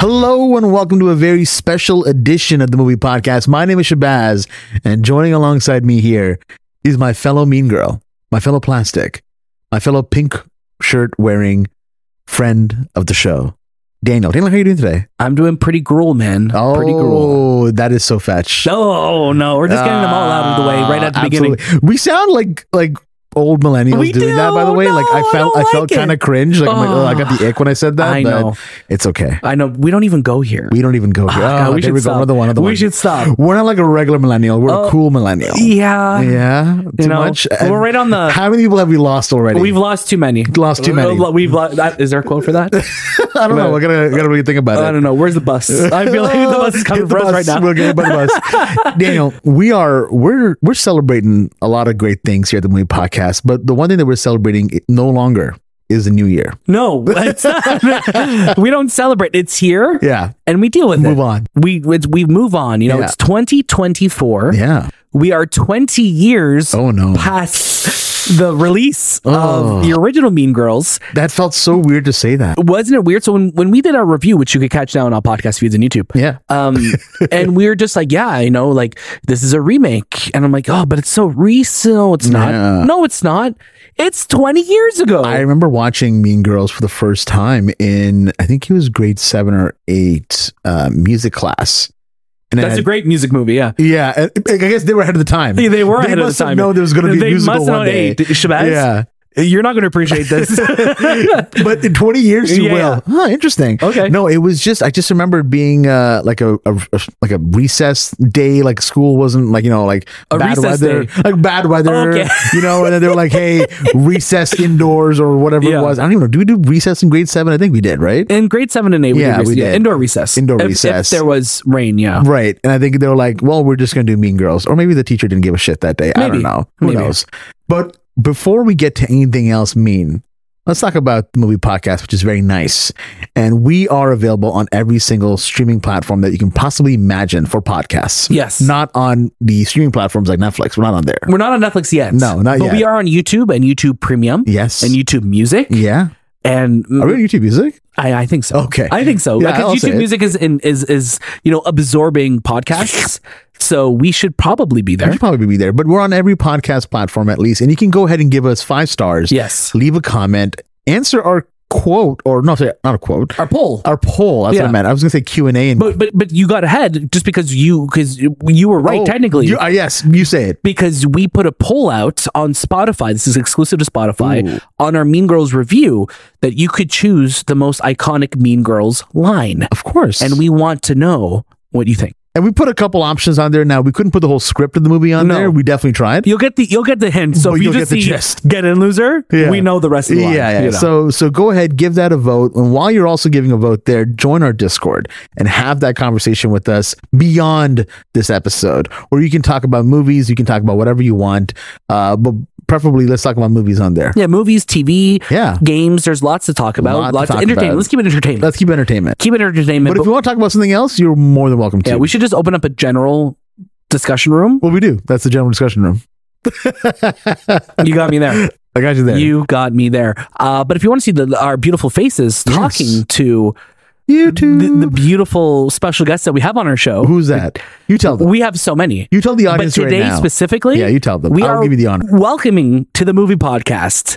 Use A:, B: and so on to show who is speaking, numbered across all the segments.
A: Hello and welcome to a very special edition of the Movie Podcast. My name is Shabazz, and joining alongside me here is my fellow mean girl, my fellow plastic, my fellow pink shirt wearing friend of the show, Daniel. Daniel, how are you doing today?
B: I'm doing pretty gruel, man.
A: Oh,
B: pretty gruel.
A: that is so fetch.
B: Oh no, we're just getting them all out of the way right at the
A: Ah,
B: beginning.
A: absolutely. We sound like like old millennials
B: We
A: doing that. By the
B: do.
A: way, like I
B: No, I
A: felt
B: don't
A: I felt
B: like it.
A: kind of cringe. Like, I'm like, oh, I got the ick when I said that.
B: I
A: but
B: know.
A: It's okay.
B: I know we don't even go here.
A: We don't even go
B: Ah,
A: here.
B: God,
A: Oh,
B: we
A: there
B: should
A: we go.
B: stop.
A: Another one. Another
B: We
A: one.
B: should stop.
A: We're not like a regular millennial. We're a
B: Oh,
A: cool millennial.
B: yeah,
A: Yeah. Too
B: You know,
A: much.
B: we're right on the-
A: How many people have we lost already?
B: We've lost too many.
A: Lost too many.
B: We've lost. Is there a quote for that?
A: I don't know. We're gonna gotta really think about it.
B: I don't know. Where's the bus? I feel like the bus is coming
A: Hit the
B: for us
A: bus.
B: right now.
A: We'll get hit by the bus. Daniel, we are we're we're celebrating a lot of great things here at the Movie Podcast, but the one thing that we're celebrating no longer is the new year.
B: No, it's not. we don't celebrate. It's here.
A: Yeah.
B: and we deal with it.
A: Move on.
B: We it's, we move on. You know,
A: Yeah.
B: it's 2024.
A: Yeah.
B: We are 20 years
A: Oh no.
B: past the release
A: Oh.
B: of the original Mean Girls.
A: That felt so weird to say that.
B: wasn't it weird? So when, when we did our review, which you could catch now on all podcast feeds and YouTube,
A: Yeah.
B: um, and we were just like, yeah, you know, like this is a remake, and I'm like, oh, but it's so recent. No, it's not.
A: Yeah.
B: No, it's not. It's 20 years ago.
A: I remember watching Mean Girls for the first time in I think it was grade seven or eight uh, music class. And it
B: That's
A: had-
B: a great music movie. Yeah.
A: Yeah, and- I guess they were ahead of the time.
B: They, they were ahead of the
A: must have
B: time.
A: known there was going to be a
B: They
A: musical
B: must have
A: one
B: known,
A: day.
B: hey, d- Shabazz,
A: Yeah,
B: you're not going to appreciate this.
A: but in 20 years you
B: Yeah.
A: will. Huh, interesting.
B: Okay.
A: No, it was just I just remember it being uh, like a, a like a recess day, like school wasn't like you know like
B: A
A: bad
B: recess
A: weather,
B: day.
A: like bad weather.
B: Okay.
A: You know, and then they were like, hey, recess indoors or whatever
B: Yeah.
A: it was. I don't even know. Do we do recess in grade seven? I think we did, right?
B: In grade seven and eight, we
A: Yeah,
B: did,
A: we
B: rec-
A: did.
B: indoor recess.
A: Indoor
B: If- if
A: recess.
B: there was rain, yeah.
A: Right. And I think they were like, well, we're just going to do Mean Girls. Or maybe the teacher didn't give a shit that day. I don't
B: Maybe.
A: know. Who
B: Maybe.
A: knows? But before we get to anything else mean, let's talk about the movie podcast, which is very nice. And we are available on every single streaming platform that you can possibly imagine for podcasts.
B: Yes.
A: Not on the streaming platforms like Netflix. We're not on there.
B: We're not on Netflix yet.
A: No, not
B: but
A: yet.
B: we are on YouTube and YouTube Premium.
A: Yes.
B: And YouTube Music.
A: yeah.
B: And
A: Are we on YouTube Music?
B: I, I think so.
A: Okay.
B: I think so.
A: Yeah,
B: Because
A: I'll say it.
B: YouTube Music is in, is is you know absorbing podcasts, so we should probably be
A: We
B: there.
A: should probably be there, but we're on every podcast platform at least. And you can go ahead and give us five stars.
B: Yes.
A: Leave a comment. Answer our quote, or no, sorry, not a quote.
B: Our poll.
A: our poll. That's what I
B: Yeah.
A: meant. I was gonna say Q and A, and
B: but but but you got ahead just because you because you were right
A: Oh,
B: technically.
A: you- uh, yes, you say it.
B: because we put a poll out on Spotify. This is exclusive to Spotify
A: Ooh.
B: on our Mean Girls review that you could choose the most iconic Mean Girls line,
A: Of course,
B: and we want to know what you think.
A: and we put a couple options on there. Now we couldn't put the whole script of the movie on
B: No.
A: there. We definitely tried.
B: You'll get the you'll get the hint. So
A: But
B: if you
A: you'll
B: just
A: get the
B: see
A: gist.
B: get in loser,
A: Yeah.
B: we know the rest of the
A: yeah,
B: line.
A: yeah.
B: you know.
A: So so go ahead, give that a vote, and while you're also giving a vote there, join our Discord and have that conversation with us beyond this episode, where you can talk about movies, you can talk about whatever you want, uh, but preferably let's talk about movies on there.
B: Yeah, movies, TV,
A: Yeah.
B: games. There's lots to talk about.
A: Lot to
B: lots
A: talk
B: of entertainment.
A: about.
B: Let's keep it entertainment.
A: Let's keep entertainment.
B: keep it entertainment.
A: But if
B: But
A: you want to talk about something else, you're more than welcome to.
B: yeah, we should just open up a general discussion room.
A: Well, we do. That's the general discussion room.
B: You got me there.
A: I got you there.
B: You got me there. Uh, but if you want to see the, our beautiful faces
A: Yes.
B: talking to
A: You
B: the,
A: too.
B: the beautiful special guests that we have on our show.
A: Who's that? You tell them.
B: We have so many.
A: You tell the
B: but
A: audience right
B: today
A: now.
B: specifically,
A: Yeah, you tell them.
B: we
A: I'll
B: are
A: give you the honor.
B: welcoming to the movie podcast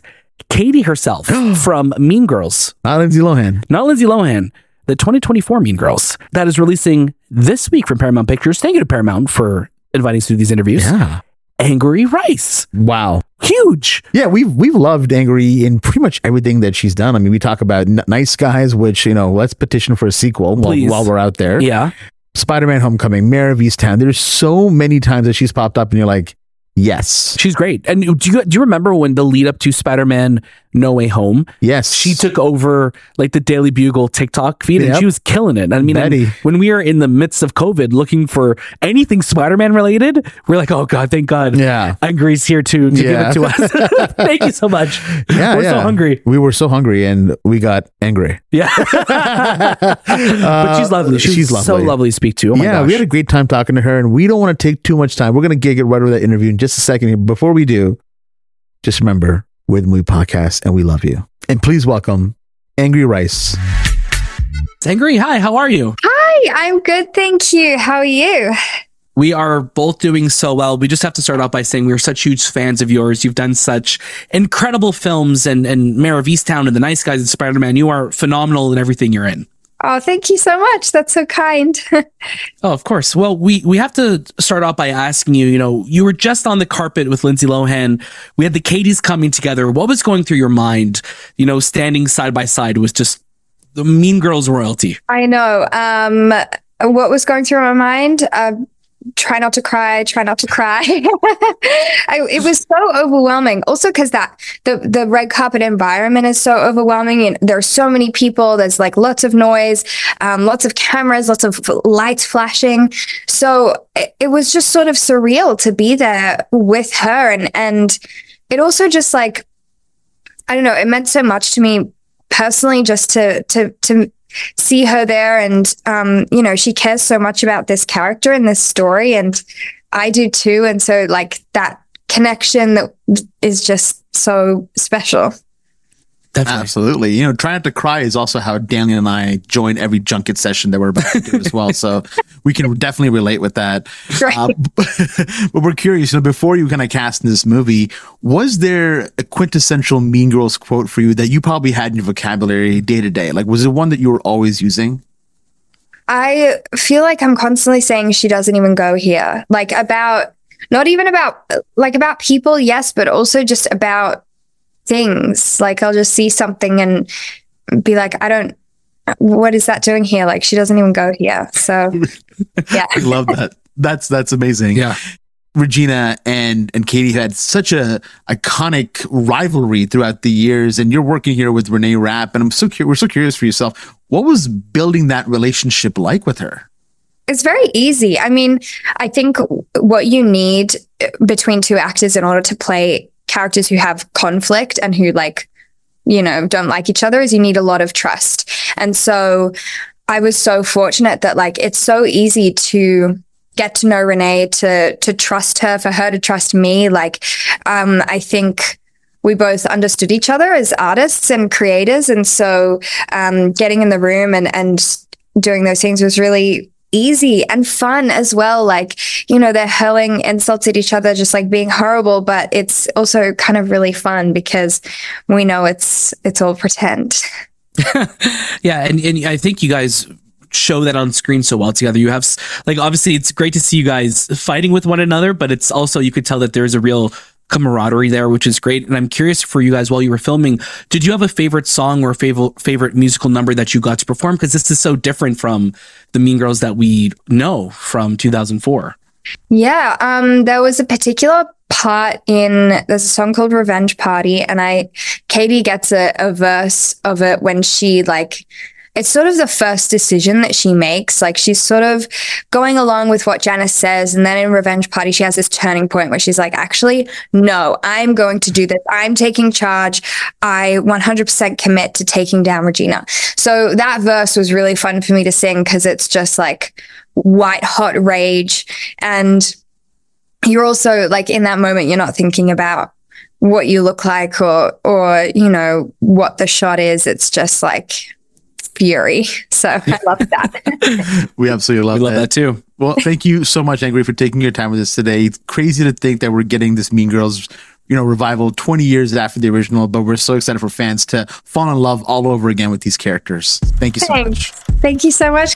B: Katie herself from Mean Girls,
A: Not Lindsay Lohan.
B: not Lindsay Lohan, the 2024 Mean Girls that is releasing this week from Paramount Pictures. Thank you to Paramount for inviting us to do these interviews.
A: Yeah.
B: Angry Rice,
A: Wow.
B: huge.
A: Yeah, we've we've loved Angry in pretty much everything that she's done. I mean, we talk about N- Nice Guys, which you know, let's petition for a sequel while,
B: Please.
A: while we're out there.
B: Yeah,
A: Spider-Man: Homecoming, Mayor of Easttown. There's so many times that she's popped up, and you're like, yes,
B: she's great. And do you do you remember when the lead up to Spider Man No Way Home?
A: yes,
B: she took over like the Daily Bugle TikTok feed and
A: Yep.
B: she was killing it. I mean, and
A: Betty.
B: when we were in the midst of COVID looking for anything Spider Man related, we're like, oh God, thank God.
A: Yeah.
B: Angry's here to, to
A: Yeah.
B: give it to us. thank you so much.
A: Yeah,
B: we're so
A: yeah.
B: hungry.
A: We were so hungry, and we got angry.
B: Yeah. but she's lovely. She's,
A: Uh, she's
B: so
A: lovely.
B: lovely to speak to. Oh my
A: yeah,
B: gosh.
A: we had a great time talking to her, and we don't want to take too much time. We're going to gig it right over that interview in just a second here. Before we do, just remember we're the movie podcast, and we love you. And please welcome Angry Rice.
B: Angry, hi, how are you?
C: Hi, I'm good, thank you. How are you?
B: We are both doing so well. We just have to start off by saying we're such huge fans of yours. You've done such incredible films and, and Mayor of Easttown and The Nice Guys and Spider Man. You are phenomenal in everything you're in.
C: Oh, thank you so much. That's so kind.
B: Oh, of course. Well, we, we have to start off by asking you, you know, you were just on the carpet with Lindsay Lohan. We had the Katie's coming together. What was going through your mind? You know, standing side by side was just the Mean Girls royalty.
C: I know. Um, what was going through my mind? Uh, try not to cry. Try not to cry. I, it was so overwhelming. Also, because that the the red carpet environment is so overwhelming, and there are so many people. There's like lots of noise, um, lots of cameras, lots of f- lights flashing. So it, it was just sort of surreal to be there with her, and and it also just like I don't know. It meant so much to me personally, just to to to see her there and um you know she cares so much about this character and this story and i do too and so like that connection that is just so special
B: Definitely.
D: Absolutely. You know, try not to cry is also how Daniel and I join every junket session that we're about to do as well. So we can definitely relate with that.
C: Right.
D: Uh, but we're curious, you know, before you kind of cast in this movie, was there a quintessential Mean Girls quote for you that you probably had in your vocabulary day to day? Like, was it one that you were always using?
C: I feel like I'm constantly saying she doesn't even go here. Like about not even about like about people, yes, but also just about things. Like I'll just see something and be like, I don't what is that doing here? Like she doesn't even go here. So yeah.
D: I love that. That's that's amazing.
B: Yeah.
D: Regina and and Katie had such a iconic rivalry throughout the years, and you're working here with Renee Rapp, and I'm so curious. We're so curious for yourself. What was building that relationship like with her?
C: it's very easy. I mean, I think what you need uh, between two actors in order to play characters who have conflict and who like, you know, don't like each other is you need a lot of trust. And so I was so fortunate that like it's so easy to get to know Renee, to to trust her, for her to trust me. Like, um, I think we both understood each other as artists and creators. And so um, getting in the room and and doing those things was really easy and fun as well. Like, you know, they're hurling insults at each other, just like being horrible, but it's also kind of really fun because we know it's it's all pretend.
B: Yeah, and, and I think you guys show that on screen so well together. You have s- like obviously it's great to see you guys fighting with one another, but it's also you could tell that there's a real camaraderie there, which is great. And I'm curious for you guys while you were filming, did you have a favorite song or favorite favorite musical number that you got to perform? Because this is so different from the Mean Girls that we know from 2004.
C: Yeah, um, there was a particular part in there's a song called Revenge Party, and I Katie gets a, a verse of it when she like it's sort of the first decision that she makes. Like she's sort of going along with what Janice says, and then in Revenge Party, she has this turning point where she's like, actually, no, I'm going to do this. I'm taking charge. I 100% commit to taking down Regina. So that verse was really fun for me to sing because it's just like white hot rage and you're also like in that moment you're not thinking about what you look like or or you know what the shot is it's just like fury. So I love that.
A: We absolutely love,
B: We love that too.
A: Well, thank you so much, Angry, for taking your time with us today. It's crazy to think that we're getting this Mean Girls, you know, revival 20 years after the original, but we're so excited for fans to fall in love all over again with these characters. Thank you so much.
C: Thanks. Thank you so much.